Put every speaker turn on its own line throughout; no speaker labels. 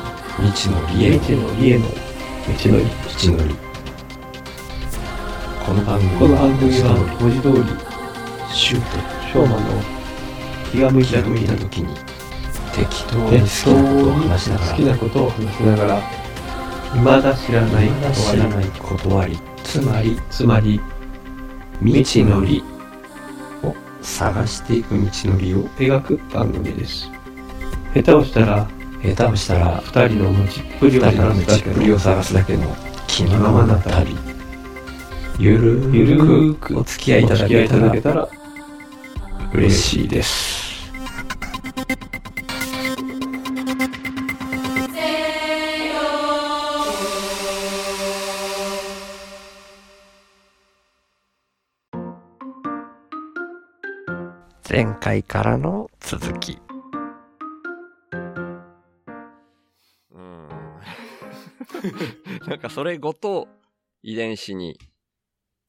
のりへ
道のりへの道のり
道のりこの番組
この番組は
下取
文字通り
りシュー
しょうまの気が
ト
向い
気が
た
向
時
いた
に
時に適当に
適当
好きなことを
に
話しながら
好きなことを話しながら未だ知らない
まだ
こと
知
は
ら
な
ないい断りつまり
つまり
未知のりを探していく道のりを
描く番組です下手をしたら
下手をしたら
二人の持ちっぷりを
二
探
人の
す
道
だ
っ
け
ぷりを探すだけの気のままな旅ゆる
ゆる
ー
ー
く
く
お付き合いいただ
お付
け
き合
たら
たら
嬉しいです前回からの続き
うーん なんかそれごと遺伝子に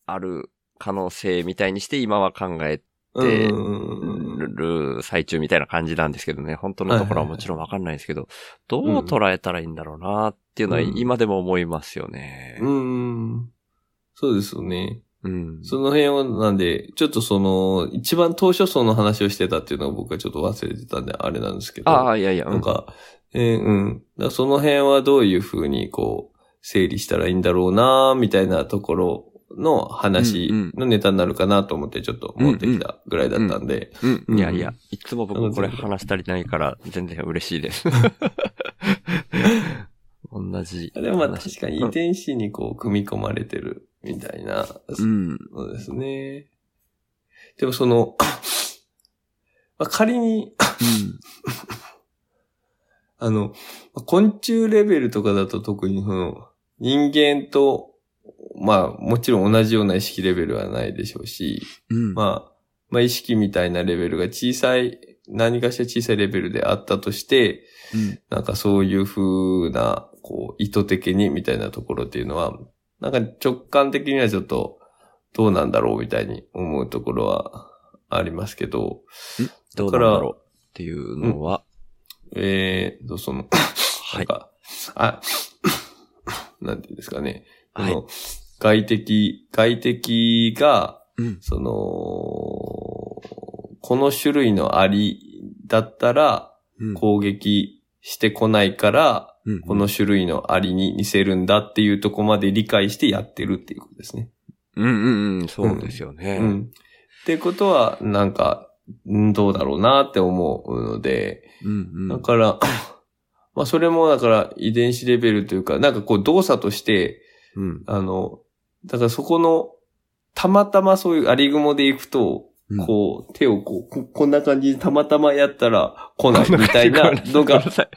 ある可能性みたいにして今は考え
う
で
ん
る最中みたいな感じなんですけどね。本当のところはもちろんわかんないですけど、どう捉えたらいいんだろうなっていうのは
うん
今でも思いますよね。
うんそうですよね
うん。
その辺はなんで、ちょっとその、一番当初その話をしてたっていうのは僕はちょっと忘れてたんで、あれなんですけど。
ああ、いやいや、う
なん
ん。
か、えーうん。だからその辺はどういうふうにこう、整理したらいいんだろうなみたいなところの話
うん
のネタになるかなと思ってちょっと持ってきたぐらいだったんで。
うん。いやいうや
ん、
いつも僕これ話足りないから全然嬉しい です。同じ。
でもまあ確かに
う
遺
ん
伝子にこう、組み込まれてるみたいな、
うん。
そうですね。でもその、 まあ仮に、あの、昆虫レベルとかだと特にその、人間と、まあ、もちろん同じような意識レベルはないでしょうし、
うん。
まあ、まあ意識みたいなレベルが小さい、何かしら小さいレベルであったとして、
うん
なんかそういう風な、こう、意図的にみたいなところっていうのは、なんか直感的にはちょっと、どうなんだろうみたいに思うところはありますけど、
どうなんだろうっていうのは、
えーと、その、
は
なん
い。
か、あ、 なんていうんですかね。こ
はい
の、外敵、外敵が、
うん。
その、この種類のアリだったら
うん
攻撃してこないから、
うん
この、種類のアリに似せるんだっていうとこまで理解してやってるっていうことですね。
うんうんうん、そうですよね。
うん。ってことは、なんか、んどうだろうなって思うので、
うんう
だ
ん。
から、 まあそれもだから遺伝子レベルというか、なんかこう動作として、
うん
あの、だからそこの、たまたまそういうアリグモで行くと、
うん
こう、手をこう、ここんな感じでたまたまやったら来ないみたいなの
ごめ
が
んな、さい。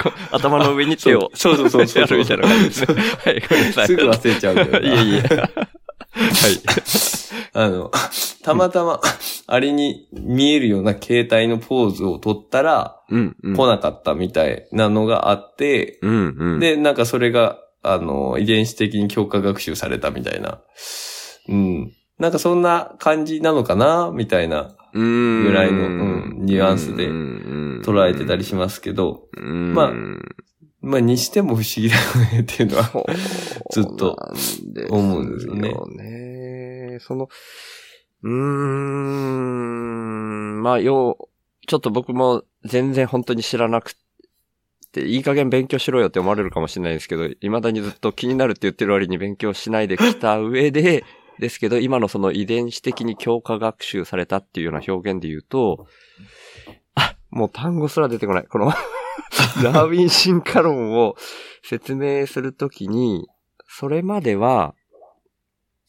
こう頭の上に手 を。
そうそうそうそう
やるみたいな感じですね。はい、ごめんなさい。
すぐ忘れちゃうんだよ
い
な
えいえ。はい。
あの、 たまたま、 アリに見えるような形態のポーズを取ったら
うん、うん。
来なかったみたいなのがあって、
うん、うん。、
で、なんかそれが、あの、遺伝子的に強化学習されたみたいな。うん。なんかそんな感じなのかなみたいな
ぐ
ぐらいのうんニュアンスで捉
捉
えてたりし
ま
ますけど、
す。うん
まあまあにしても不思議だよねっていうのは。 ずっと思うんですよね
そうなんですよね。その、うーん、まあ、よう、ちょっと僕も全然本当に知らなくて、いい加減勉強しろよって思われるかもしれないですけど、未だにずっと気になるって言ってる割に勉強しないできた上で、 ですけど、今のその遺伝子的に強化学習されたっていうような表現で言うと、あ、もう単語すら出てこない。この、 ダーウィン進化論を説明するときに、それまでは、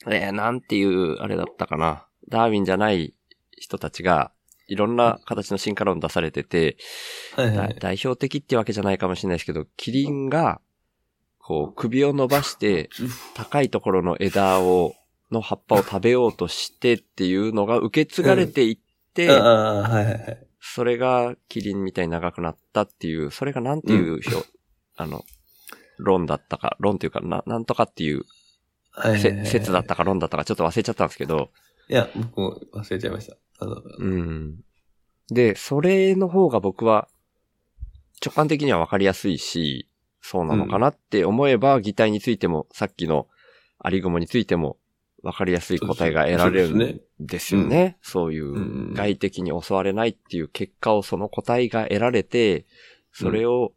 えーなんていう、あれだったかな。ダーウィンじゃない人たちが、いろんな形の進化論出されてて、
はいは
だ
い。
代表的ってわけじゃないかもしれないですけど、キリンが、こう、首を伸ばして、高いところの枝を、の葉っぱを食べようとしてっていうのが受け継がれていって、
ああ、はいはいはい。
それがキリンみたいに長くなったっていう、それがなんていう表、あの、論だったか、論というか、な、なんとかっていう、
はいはいはいは
せ
い
説だったか論だったか、ちょっと忘れちゃったんですけど、
いや、僕も忘れちゃいました。あの、
うん。で、それの方が僕は、直感的には分かりやすいし、そうなのかなって思えば、擬態についても、さっきのアリグモについても、わかりやすい答えが得られる
そうです
ん
ね
ですよね。そういうう、
ん。
外的に襲われないっていう結果をその答えが得られて、それを、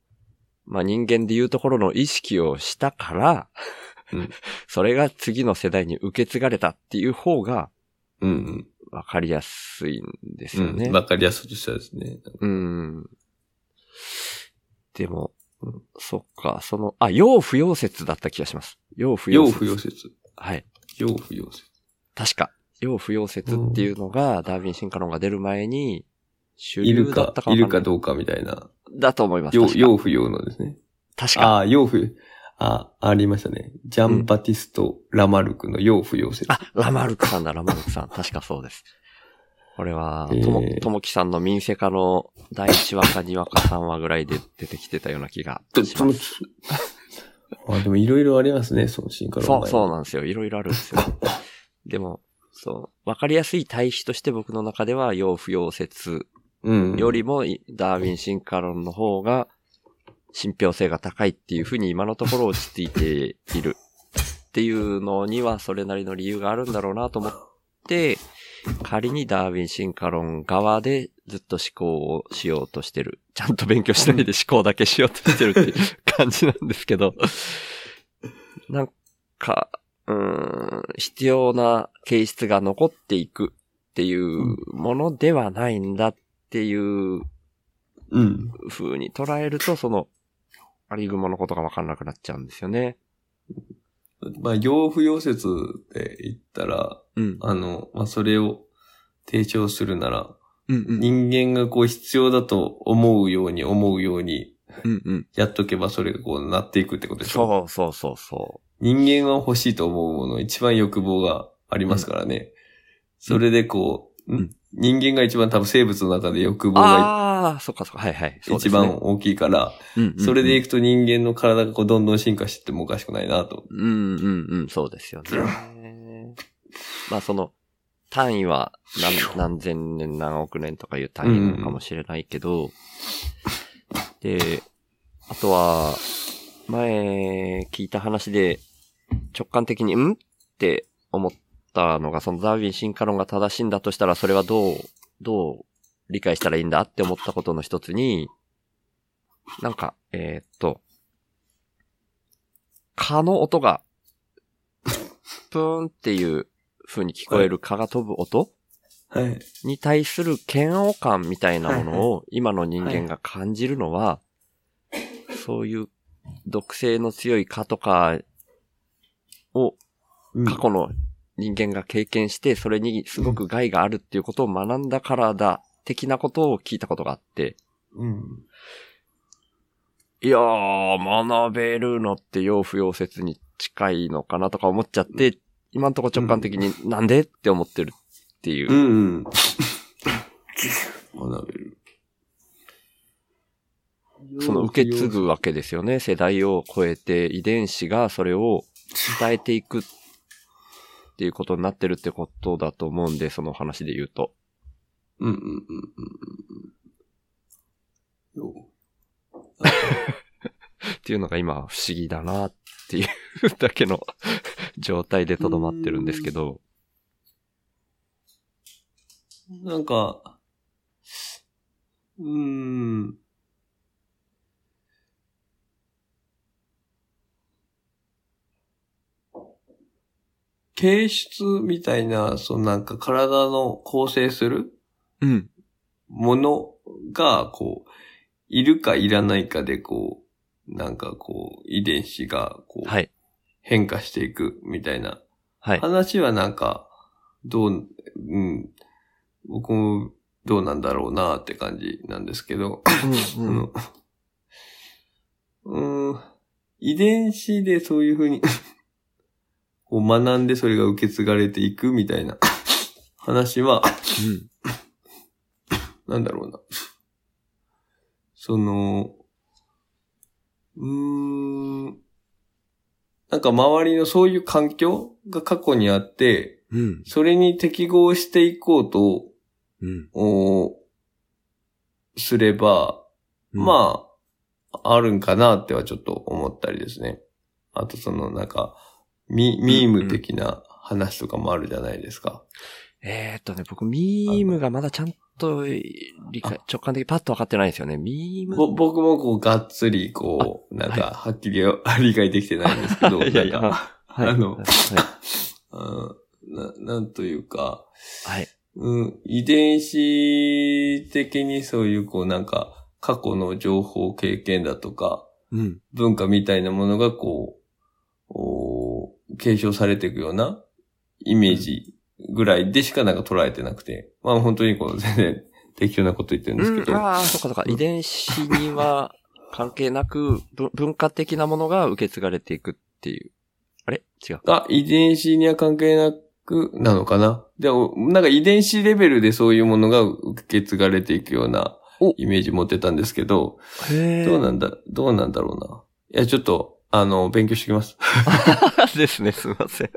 まあ人間でいうところの意識をしたから、
うん
それが次の世代に受け継がれたっていう方が
うんうん。
わかりやすいんです
う
よね
ん。。わかりやすくしたですね。
うん。でも、うんそっか、その、あ、要不要説だった気がします。要不要
要
説。
不要説。
はい。
要不要説。
確か。要不要説っていうのが、ダーウィン進化論が出る前に、主
いる
流だっ
か
た、か
い
わかんな
るか
い
どうかみたいな。
だと思います。
要、
確か
要不要のですね。
確か。
ああ、要不要。あ、ありましたね。ジャンバティスト・ラマルクの要不要説。
あ、ラマルクさんだ、ラマルクさん。確かそうです。これは、
えー
とも、ともきさんの民生化の第1話か2話か3話ぐらいで出てきてたような気が
と
し
そ
ま
の
す。
あ、でもいろいろありますね、その進化論。
そう、そうなんですよ。いろいろあるんですよ。でも、そう、わかりやすい対比として僕の中では、要不要説
う。うん。
よりも、いダーウィン進化論の方が、信憑性が高いっていうふうに今のところ落ち着いている。っていうのには、それなりの理由があるんだろうなと思って、仮にダーウィン進化論側でずっと思考をしようとしてる。ちゃんと勉強しないで思考だけしようとしてるっていう感じなんですけど。なんか、うーん、必要な形質が残っていくっていうものではないんだっていう
うん。
風に捉えると、その、アリグモのことがわかんなくなっちゃうんですよね。
まあ、要不要説って言ったら、
うん。
あの、まあ、それを提唱するなら、
うんうん。
人間がこう必要だと思うように思うように
うんうん。
やっとけばそれがこうなっていくってことでし
そ
ょ
うそうそうそ
人間は欲しいと思うもの、一番欲望がありますからね。それでこう、
うん
人間が一番多分生物の中で欲
う。
望が
ああ、そっかそっか。はいはい。そうです
一
ね
番、大きいから、
うんうんうん
それでいくと人間の体がこうどんどん進化してってもおかしくないなと。
うんうんうん、そうですよね。まあその、単位は何何千年何億年とかいう単位なのかもしれないけど、で、あとは、前聞いた話で直感的に、んって思ったのが、そのダーウィン進化論が正しいんだとしたら、それはどう、どう理解したらいいんだって思ったことの一つに、なんか、えーっと、蚊の音が、プーンっていう風に聞こえる蚊が飛ぶ音
はい。
に対する嫌悪感みたいなものを今の人間が感じるのは、そういう毒性の強い蚊とかを
うん
過去の人間が経験して、それにすごく害があるっていうことを学んだからだ、的なことを聞いたことがあって、
うん。
いやー、学べるのって要不要説に近いのかなとか思っちゃって、今んとこ直感的になんでって思ってるっていうう。
んうん。学べる。
その受け継ぐわけですよね。世代を超えて遺伝子がそれを伝えていくっていうことになってるってことだと思うんで、その話で言うと。
うんうんうんうんうん。よ
っていうのが今不思議だなっていうだけの状態でとどまってるんですけど。
うなんか、うーん。形質みたいな、そのなんか体の構成する
うん。
ものが、こう、いるかいらないかで、こう、なんかこう、遺伝子が、こう、
はい。
変化していくみたいな
はい。
話はなんか、どう、うん、僕もどうなんだろうなって感じなんですけど、
うんうん
うん、うん遺伝子でそういうふうに、 こう学んでそれが受け継がれていくみたいな話は、
うん
なんだろうな。その、うーん。なんか周りのそういう環境が過去にあって、
うん。
それに適合していこうと、
うん。
おーすれば、まあ、あるんかなってはちょっと思ったりですね。あとそのなんか、ミミーム的な話とかもあるじゃないですか。
えーっとね、僕、ミームがまだちゃんと理解、直感的にパッと分かってないんですよね。ミーム
ぼ僕もこう、がっつりこう、なんか、はっきりは理解できてないんですけ ど、
いやいや
なんか、
はい
あの
はい。
うんななんというか、
はい。
うん、遺伝子的にそういうこうなんか過去の情報経験だとか
うん。
文化みたいなものがこう、おー継承されていくようなイメージぐらいでしかなんか捉えてなくて、まあ本当にこう全然適当なこと言ってるんですけ
うん、
ど、
ああ、そっかそっか。遺伝子には関係なく、ぶ文化的なものが受け継がれていくっていう。あれ違う。
あ、遺伝子には関係なくなのかなでも、なんか遺伝子レベルでそういうものが受け継がれていくような
お
イメージ持ってたんですけど、
へ
どう
な
なんだ、どうなんだろうな。いや、ちょっと、あの、勉強してき ます。
んですね、すいませ ん。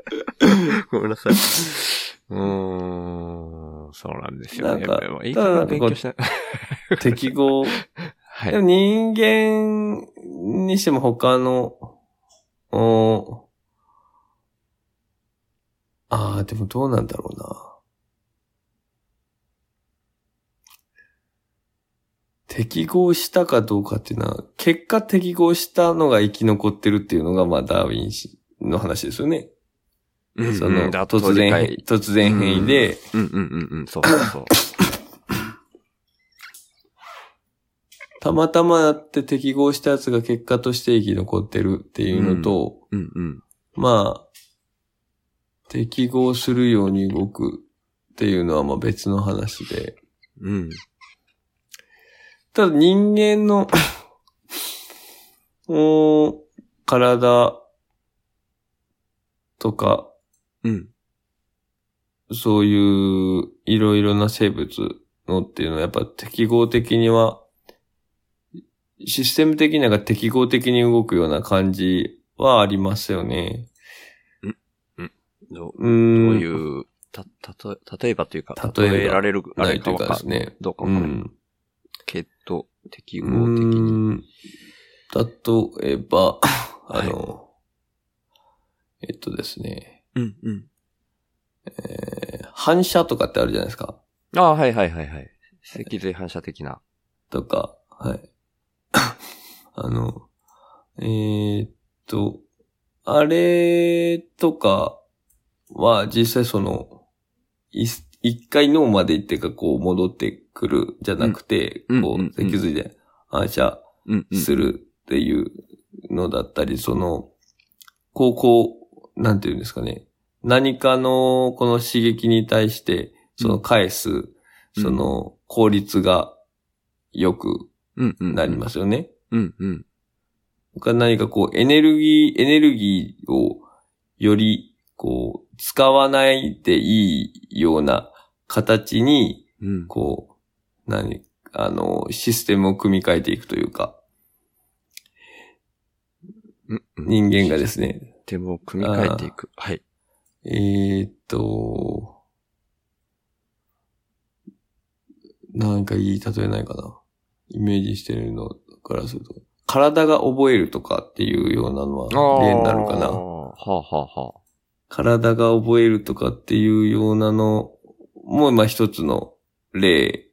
ごめんなさい。うーん、そうなんですよね。
なんか
やっぱいいから勉強しない。
適合。
は
で
い。
も人間にしても他の、おああ、でもどうなんだろうな。適合したかどうかっていうのは、結果適合したのが生き残ってるっていうのが、まあ、ダーウィン氏の話ですよね。
うん
その、
うんだと
突
理
然変
解
異、突然変異で、
うんうんうんうん、そうそうそう。
たまたまやって適合したやつが結果として生き残ってるっていうのと、
うんうん。
まあ、適合するように動くっていうのはまあ別の話で。
うん。
ただ人間の、 おー体とか、
うん。
そういういろいろな生物のっていうのはやっぱ適合的には、システム的になんか適合的に動くような感じはありますよね。
ど
う
ど
ん。
ういう、た、たと、例えばというか、
例えば
例えられる、あ
な
れ
いと
か
いう
わ
か
か
ですね。
どうか
う
わからない
ん。
けど、適合
う
的に。
ん。例えば、あの、えっとですね、
うんうん。
えー反射とかってあるじゃないですか。
ああ、はいはいはいはい。脊髄反射的な。
とか、はい。 あの、えーっと、あれとかは実際その、い一回脳まで行ってかこう戻ってくるじゃなくて、
うん
こ
うんうん
う、脊髄で反射
うん、うん。
するっていうのだったり、その、高校、なんていうんですかね。何かのこの刺激に対して、その返す、その効率が良く
うんうん。
なりますよね。
うんうん。
僕は何かこうエネルギー、エネルギーをよりこう使わないでいいような形に、
うん。
こう、何、あの、システムを組み替えていくというか、
うんうん。
人間がですね、
手も組み替えていく。はい。
えーっと、なんかいい例えないかな。イメージしてるのからすると。体が覚えるとかっていうようなのは例になるか
あー
な。
はあはあはあ。
体が覚えるとかっていうようなのも、まあ一つの例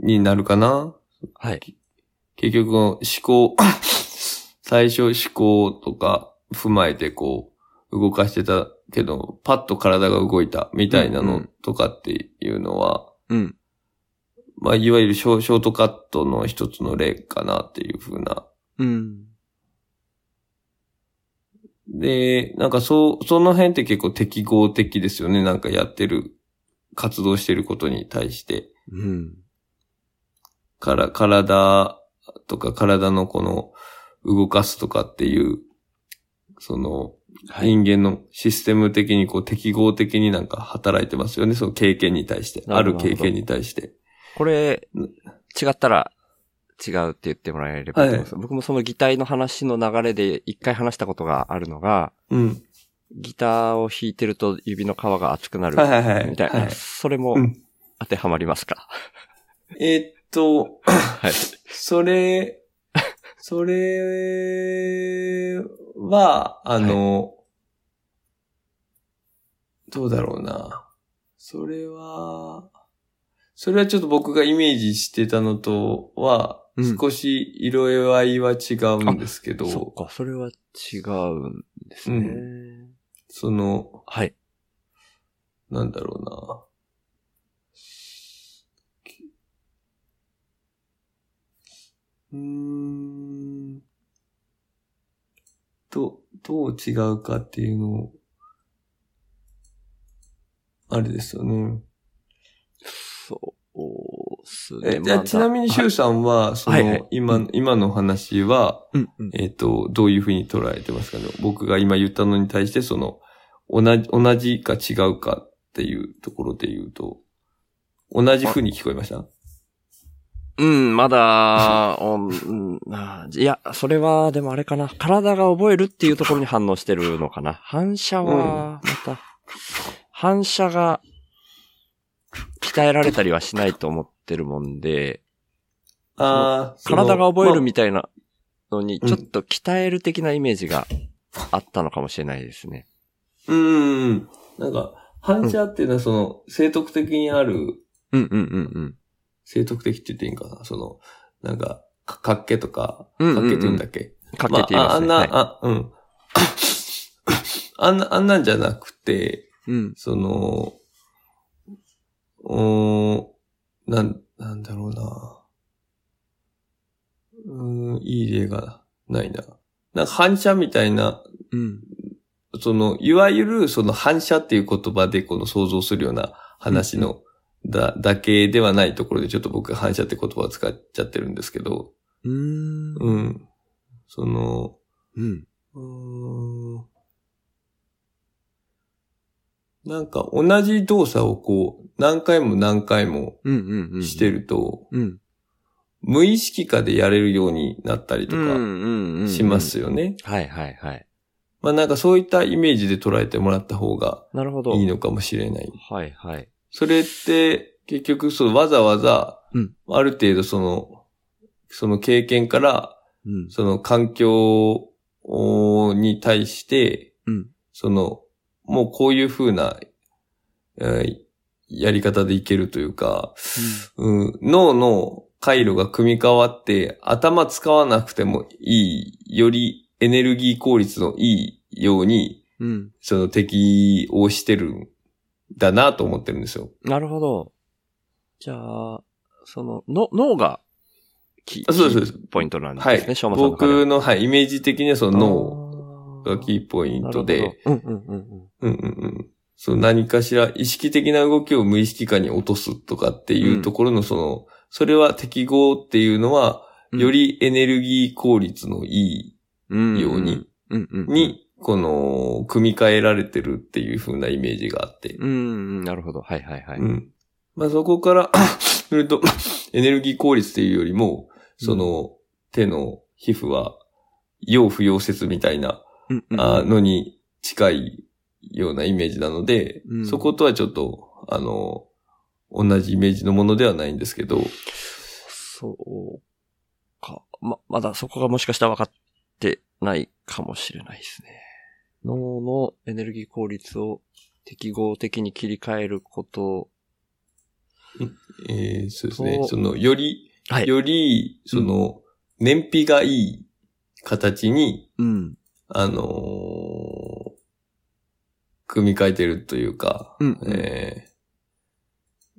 になるかな。
はい。
結局、思考、 最初思考とか踏まえてこう、動かしてたけど、パッと体が動いたみたいな
うんう
の
ん
とかっていうのは、
うん。
まあ、いわゆるショショートカットの一つの例かなっていう風な。
うん。
で、なんかそう、その辺って結構適合的ですよね。なんかやってる、活動してることに対して。
うん。
から、体とか体のこの動かすとかっていう、その、
はい。
人間のシステム的にこう適合的になんか働いてますよね。その経験に対して。
な
あ
るほ
る
ど
経験に対して。
これ、
う
違ったら、違うって言ってもらえればと思います。僕もその擬態の話の流れで一回話したことがあるのが、
うん。
ギターを弾いてると指の皮が熱くなる
はいはいはい。
みたい
は
な。それも
うん
当てはまりますか
えーっと、
はい。
それそれは、あの、どうだろうな。それは、それはちょっと僕がイメージしてたのとは
うん、
少し色合いは違うんですけど、
そっか、それは違うんですね。
その、
はい。
なんだろうな。うーん。ど、どう違うかっていうのを、あれですよね。
そうです
え
ね。
じゃあちなみに、シュウさんは、その、
はいはい
今、今の話は、
うん、うん。
えっ、と、どういうふうに捉えてますかね僕が今言ったのに対して、その、同じ、同じか違うかっていうところで言うと、同じふうに聞こえました
うん、まだ、 おうん、あいや、それは、でもあれかな。体が覚えるっていうところに反応してるのかな。反射は、また、反射が、鍛えられたりはしないと思ってるもんで、
ああ、その
体が覚えるみ
ま
たいなのに、
うん
ちょっと鍛える的なイメージがあったのかもしれないですね。
あうんうんうん。なんか、反射っていうのは、その、生徳的にある、
うんうんうん
生徳的って言っていいんかなその、なんか、か、かっけとか、
うんうんうん
かっけって言うんだっけ、
うん。かけていますね。
まあ、あ
は
あ
い
んな、あ、うん。あんな、あんなんじゃなくて、
うん。
その、おーなん、なんだろうな。うーん、いい例がないな。なんか反射みたいな、
うん。
その、いわゆるその反射っていう言葉でこの想像するような話の、だ、だけではないところでちょっと僕反射って言葉を使っちゃってるんですけど、
うーん。
うん。その、
うん。
うーんなんか同じ動作をこう、何回も何回も
うんうんうん。
して。ると、
うん。
無意識化でやれるようになったりと
うん
か
うんうん。
します。よね。
はいはいはい。
まあなんかそういったイメージで捉えてもらった方が
なるほど。
いいのかもしれない。
はいはい。
それって結局そうわざわざ
うん、
ある程度その、その経験から、
うん。
その環境をに対して、
うん。
その、もうこういう風な、えーやり方でいけるというか、うん、脳の回路が組み替わって、頭使わなくてもいい、よりエネルギー効率のいいように、
うん。
その適応してるんだなと思ってるんですよ。
なるほど。じゃあ、その、の脳が、キ
あそうですそう
キーポイントなんです
は
ね。
い。
しょうまさんの中では
僕の、はい、イメージ的にはその脳がキーポイ
ポ
ントで、。
なるほどうんうんうんうん。
うんうんうん。そう、何かしら意識的な動きを無意識化に落とすとかっていうところのその、それは適合っていうのは、
うん
よりエネルギー効率のい
うん
いように、
うんうんうん、
に、この、組み替えられてるっていう風なイメージがあって。
うんうん、なるほど。はいはいはい。
うん。まあそこから、 すると、エネルギー効率っていうよりも、その、手の皮膚は、要不要説みたいな
うんうん
あのに近いようなイメージなので、
うん
そことはちょっと、あの、同じイメージのものではないんですけど、
そうか。ま、まだそこがもしかしたら分かってないかもしれないですね。脳のエネルギー効率を適合的に切り替えること。
えーそうですね
そ。う
その、より、
はい
より、その、燃費がいい形に、
うん。
あのー組み替えてるというか、
うんうん
えー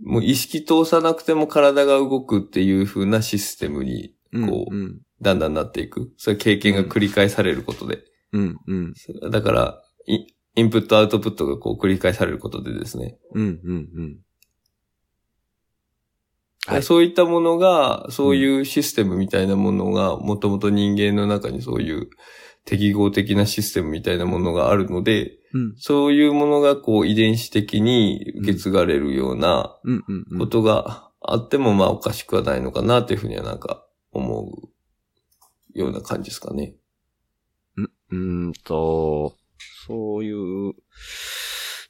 もう意識通さなくても体が動くっていう風なシステムに、こう、
うん。
だんだんなっていく。それ経験が繰り返されることで。
うん。うん。
だから、イインプットアウトプットがこう繰り返されることでですね。
うん。うん。うん。はい
そういったものが、そういうシステムみたいなものが、もともと人間の中にそういう適合的なシステムみたいなものがあるので、
うん。
そういうものがこう遺伝子的に受け継がれるような
うん。うん。う
こ
ん。
とがあっても、まあおかしくはないのかなっていうふうにはなんか思うような感じですかね。
うーんと、そういう、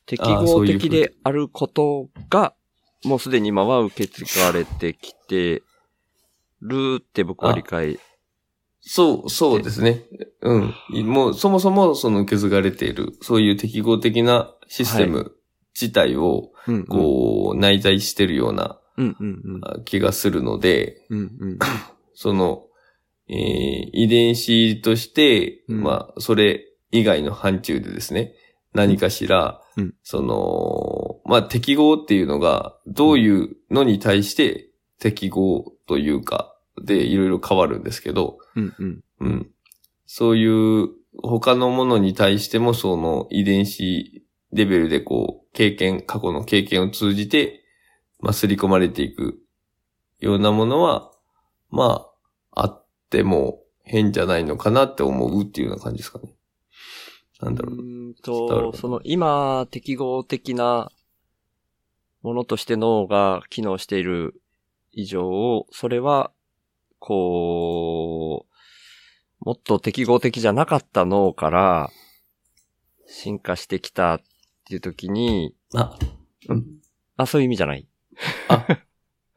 適
あーそ
合
ういうふう
的であることが、もうすでに今は受け継がれてきてるって僕は理解
そう、そうですね。うん。もう、そもそも、その、受け継がれている、そういう適合的なシステム自体を、
うんうん
こう、内在してるような
うんうんうん。
あ気がするので、
うんうん。
その、えー遺伝子として、
うん
まあ、それ以外の範疇でですね、何かしら、
うん
その、まあ、適合っていうのが、どういうのに対して適合というか、で、いろいろ変わるんですけど、
うんうん。
うん。そういう他のものに対してもその遺伝子レベルでこう経験、過去の経験を通じて、まあ、刷り込まれていくようなものは、まあ、あっても変じゃないのかなって思うっていうような感じですかね。なんだろう
う
な。
ーん
伝わるか
と、
な
その今、適合的なものとして脳が機能している以上、それは、こう、もっと適合的じゃなかった脳から進化してきたっていう時に、
あ、うん。
あ、そういう意味じゃない。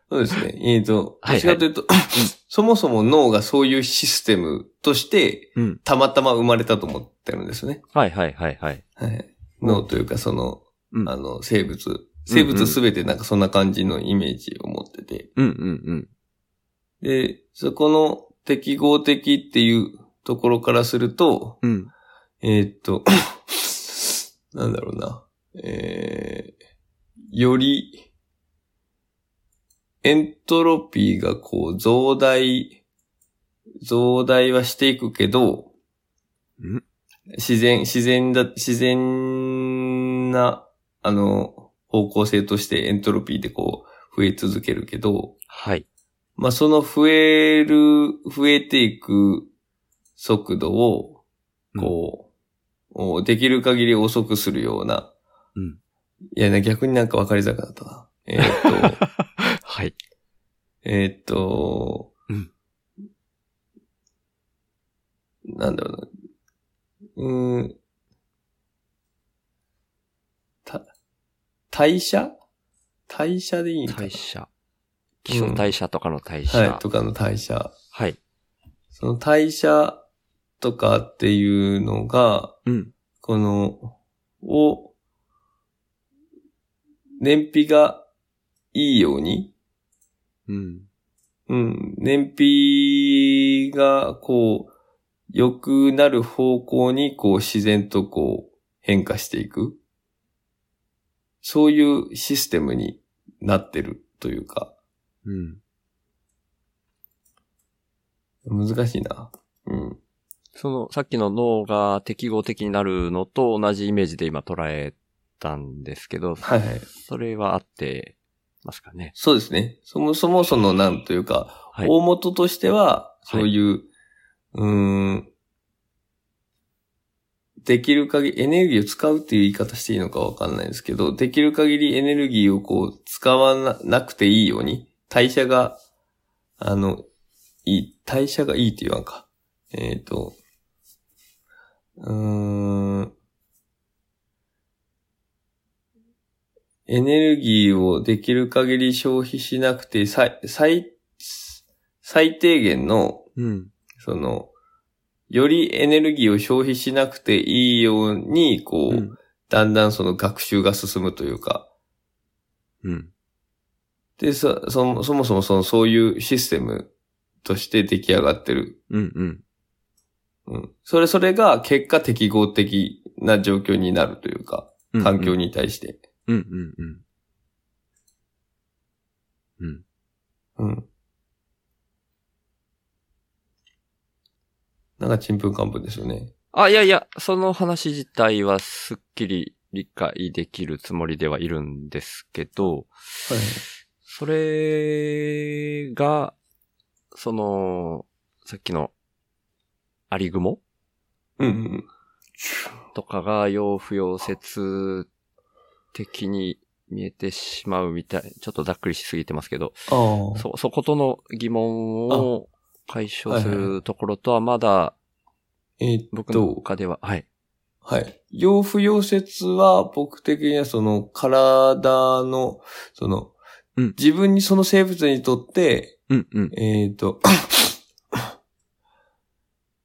そうですね。 えっ、と、
はいはい
どっちかというと、そもそも脳がそういうシステムとして
うん、
たまたま生まれたと思ってるんですよね。
はいはいはいはい。
はい。脳というか、その、
うん
あの、生物。生物すべてなんかそんな感じのイメージを持ってて。
うんうんうん。
で、そこの適合的っていうところからすると、
うん。
えーっと、 なんだろうな。えー、より、エントロピーがこう増大、増大はしていくけど
ん、
自然、自然だ、自然な、あの、方向性としてエントロピーでこう、増え続けるけど、
はい。
まあ、その増える、増えていく速度を、こう、おできる限り遅くするような。
うん
いやね、逆になんか分かりづらかったな。えーっ と、
はい。
えーっと、
うん
なんだろうな。うーん。た、代謝代謝でいいんかな
代謝。基礎代謝とかの代謝。
はい、とかの代謝。
はい。
その代謝とかっていうのが、
うん。
この、を、燃費がいいように、
うん。
うん、燃費がこう、良くなる方向にこう自然とこう変化していく。そういうシステムになってるというか、
うん。
難しいな。うん。
その、さっきの脳が適合的になるのと同じイメージで今捉えたんですけど、
はいはい。
それは合ってますかね。
そうですね。そもそもそのなんというか、
はい。
大元としては、
はい
そういう、うーん、できる限り、エネルギーを使うっていう言い方していいのかわかんないですけど、できる限りエネルギーをこう、使わななくていいように、代謝が、あの、いい、代謝がいいって言わんか。えっ、と、うーん、エネルギーをできる限り消費しなくて、最、最、最低限の、
うん。
その、よりエネルギーを消費しなくていいように、こう、
うん
だんだんその学習が進むというか、
うん。
で、そ、そもそもそもそのそういうシステムとして出来上がってる。
うん。うん。
うん。それ、それが結果適合的な状況になるというか、
うん
環境。に対して。
うん。うん。うん。うん。
うん。なんかちんぷんかんぷんですよね。
あ、いやいや、その話自体はすっきり理解できるつもりではいるんですけど、
はい。
それが、その、さっきの、アリグモ
うんうん。
とかが要不要説的に見えてしまうみたい。ちょっとざっくりしすぎてますけど、
ああ。
そ、そことの疑問を解消す
はいはい
るところとはまだ
えーっ
僕の
と、
他では、はい。
はい。要不要説は僕的にはその体の、その、
うん
自分にその生物にとって、
うんうん。
えーっと、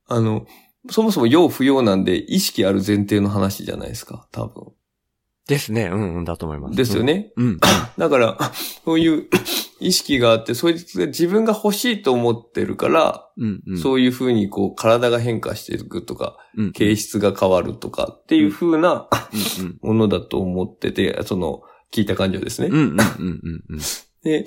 あの、そもそも要不要なんで意識ある前提の話じゃないですか、多分。
ですね。うん、うん、だと思います。
ですよね。
うん。うん。
だから、 そういう意識があって、それで自分が欲しいと思ってるから、
うん、うん。
そういうふうにこう体が変化していくとか、
うん。
形質が変わるとかっていうふうな
うん、うん。
ものだと思ってて、その、聞いた感情ですね。
うんうんうんうんうん。
で、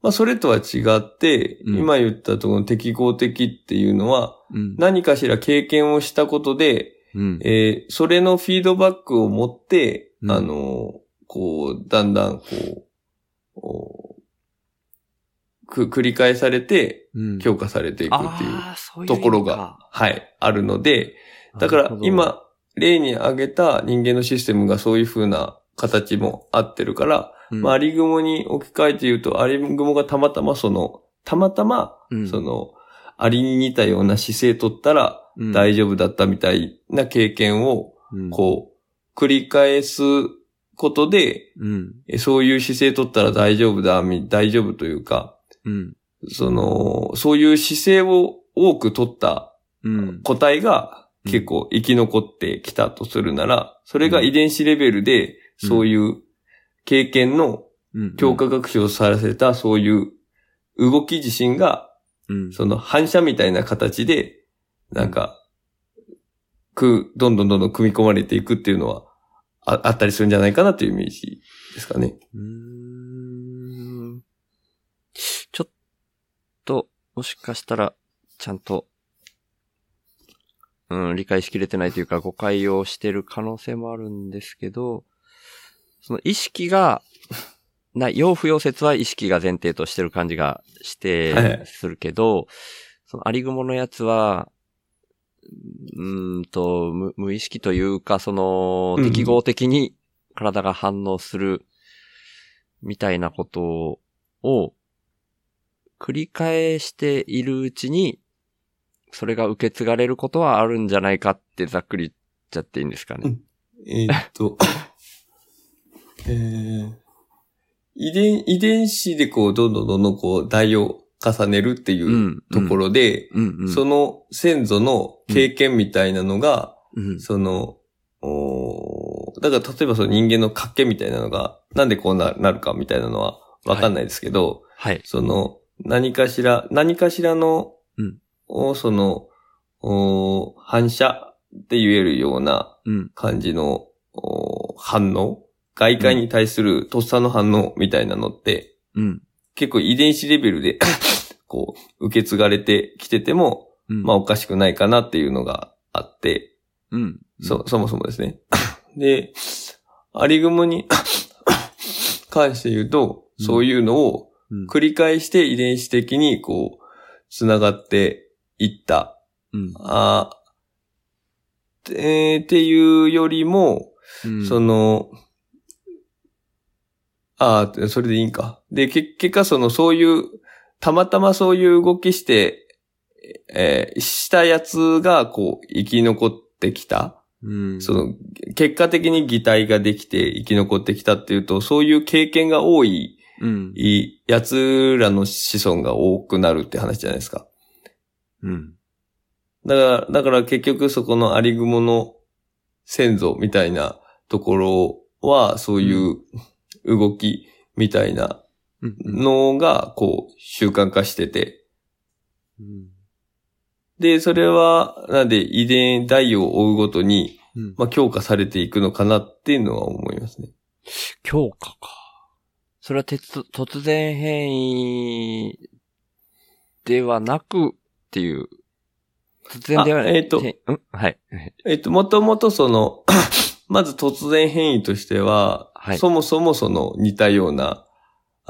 まあそれとは違って、
うん
今言ったところの適合的っていうのは、
うん
何かしら経験をしたことで、
うん。
えーそれのフィードバックを持って、
うん
あの、こう、だんだん、こう、おく、繰り返されて、
うん
強化されていくっていう
あーそういう
ところが、
意味か。
はい、あるので、だか
なる
ら
ほど、
今、例に挙げた人間のシステムがそういう風な形も合ってるから、
うん
まあ、アリ雲に置き換えて言うと、アリ雲がたまたまその、たまたま、
うん
その、アリに似たような姿勢取ったら
うん
大丈夫だったみたいな経験を、
うん
こう、繰り返すことで、
うん。
えそういう姿勢取ったら大丈夫だ、み大丈夫というか、
うん。
その、そういう姿勢を多く取った
うん。
個体が結構生き残ってきたとするなら、それが遺伝子レベルで、
うん
そういう経験の
うん
強化学習をさせたそういう動き自身が、
うん。
その反射みたいな形で、なんか、く、どんどんどんどん組み込まれていくっていうのは、ああったりするんじゃないかなというイメージですかね。
うーんちょっと、もしかしたら、ちゃんと、うん、理解しきれてないというか、誤解をしてる可能性もあるんですけど、その意識が、ない、要不要説は意識が前提としてる感じがし
はい
て、するけど、そのありぐものやつは、うーんと無、無意識というか、その
う、ん
適合的に体が反応する、みたいなことを、繰り返しているうちに、それが受け継がれることはあるんじゃないかってざっくり言っちゃっていいんですかね。
えーっと、 えー遺伝、遺伝子でこう、どんどんどんどんこう、代を重ねるっていうところで、
うんうん。
その先祖の経験みたいなのが、
うん。
その、おーだから例えばその人間の賭けみたいなのが、なんでこうななるかみたいなのはわかんないですけど、
はい。
その、何かしら、何かしらの、
うん
をその、おー反射って言えるような
うん。
感じのおー反応外界に対するとっさの反応みたいなのって、
うん。
結構遺伝子レベルで、こう、受け継がれてきてても、
うん。
まあおかしくないかなっていうのがあって、
うん。
そ、そもそもですね。 で、アリグモに 関して言うと、
うん
そういうのを
うん。
繰り返して遺伝子的にこう、繋がっていった
うん。
あーえーっていうよりも、
うん。
その、ああ、それでいいんか。で、け結果そのそういう、たまたまそういう動きして、えーしたやつがこう生き残ってきた。
うん。
その、結果的に擬態ができて生き残ってきたっていうと、そういう経験が多い
うん。
やつらの子孫が多くなるって話じゃないですか。
うん。
だから、だから結局そこのアリグモの先祖みたいなところは、そういう動きみたいな
うん。
のが、こう、習慣化してて。
うん。
で、それは、なんで遺伝、代を追うごとに、
うん。
まあ、強化されていくのかなっていうのは思いますね。
強化か。それは鉄と突然変異ではなくっていう。突然ではな
あ
い。
えーと
てうんはい。はい
えっと、もともとその、 まず突然変異としては、
はい
そもそもその似たような、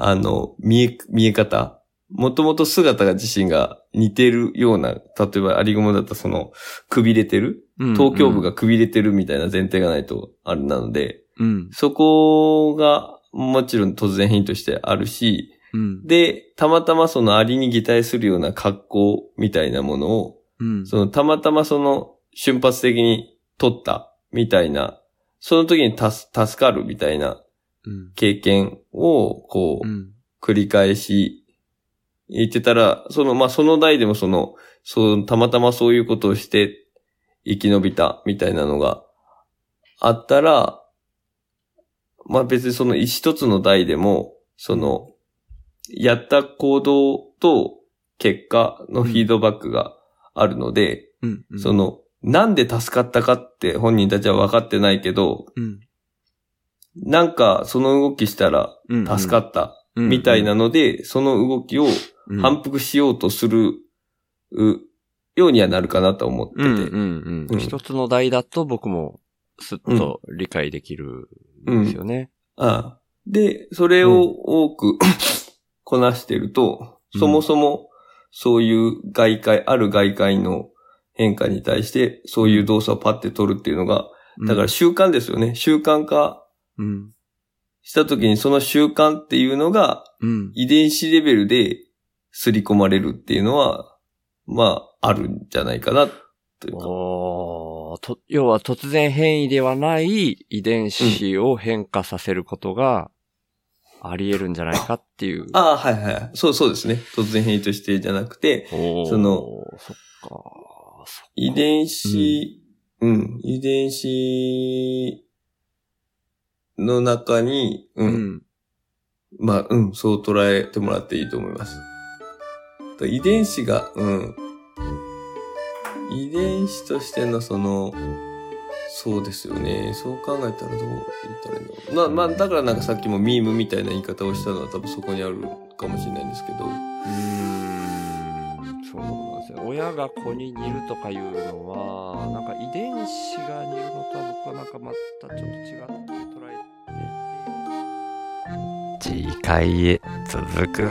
あの、見え、見え方。もともと姿が自身が似てるような、例えばアリゴモだったらその、くびれてる東京部。がくびれてるみたいな前提がないとあれなので、
うん。
そこがもちろん突然変異としてあるし、
うん。
で、たまたまそのアリに擬態するような格好みたいなものを、
うん。
そのたまたまその瞬発的に取ったみたいな、その時にたす助かるみたいな
うん。
経験をこ
う。
うん繰り返し言ってたら、そのまあその代でもそのそう、たまたまそういうことをして生き延びたみたいなのがあったら、まあ別にその一つの代でも、その、やった行動と結果のフィードバックがあるので、
うん、うん。
そ、の、なんで助かったかって本人たちは分かってないけど、
うん。
なんかその動きしたら
うん。
助か
っ
った
た
みたいな、ので、その動きを
うん
反復しようとするうようにはなるかなと思ってて。
うんうん
う
うんん。一つの題だと僕もすっと理解できるんですよね。
ああで、それを多く こなしてると、
うん
そもそもそういう外界、ある外界の変化に対してそういう動作をパッて取るっていうのが、だから、習慣ですよね。習慣化
うん。
した時にその習慣っていうのが
うん。
遺伝子レベルで刷り込まれるっていうのは、まあ、あるんじゃないかな、というか。
おーと要は突然変異ではない遺伝子を変化させることがあり得るんじゃないかっていう。
ああ、はいはい。そうそうですね。突然変異としてじゃなくて、
おー
その、
そっか。そっか
遺伝子、うん、遺伝子の中に、う、
うんん。
まあ、うん、そう捉えてもらっていいと思います。と遺伝子が、うん、遺伝子としてのその、そうですよね。そう考えたらどう言ったらいいんだろう。まあ、まあ、だからなんかさっきもミームみたいな言い方をしたのは多分そこにあるかもしれないんですけど。
うーんそうなんですよ親が子に似るとかいうのはなんか遺伝子が似るのとは僕はなんかまたちょっと違って捉えてて。
次回へ続く。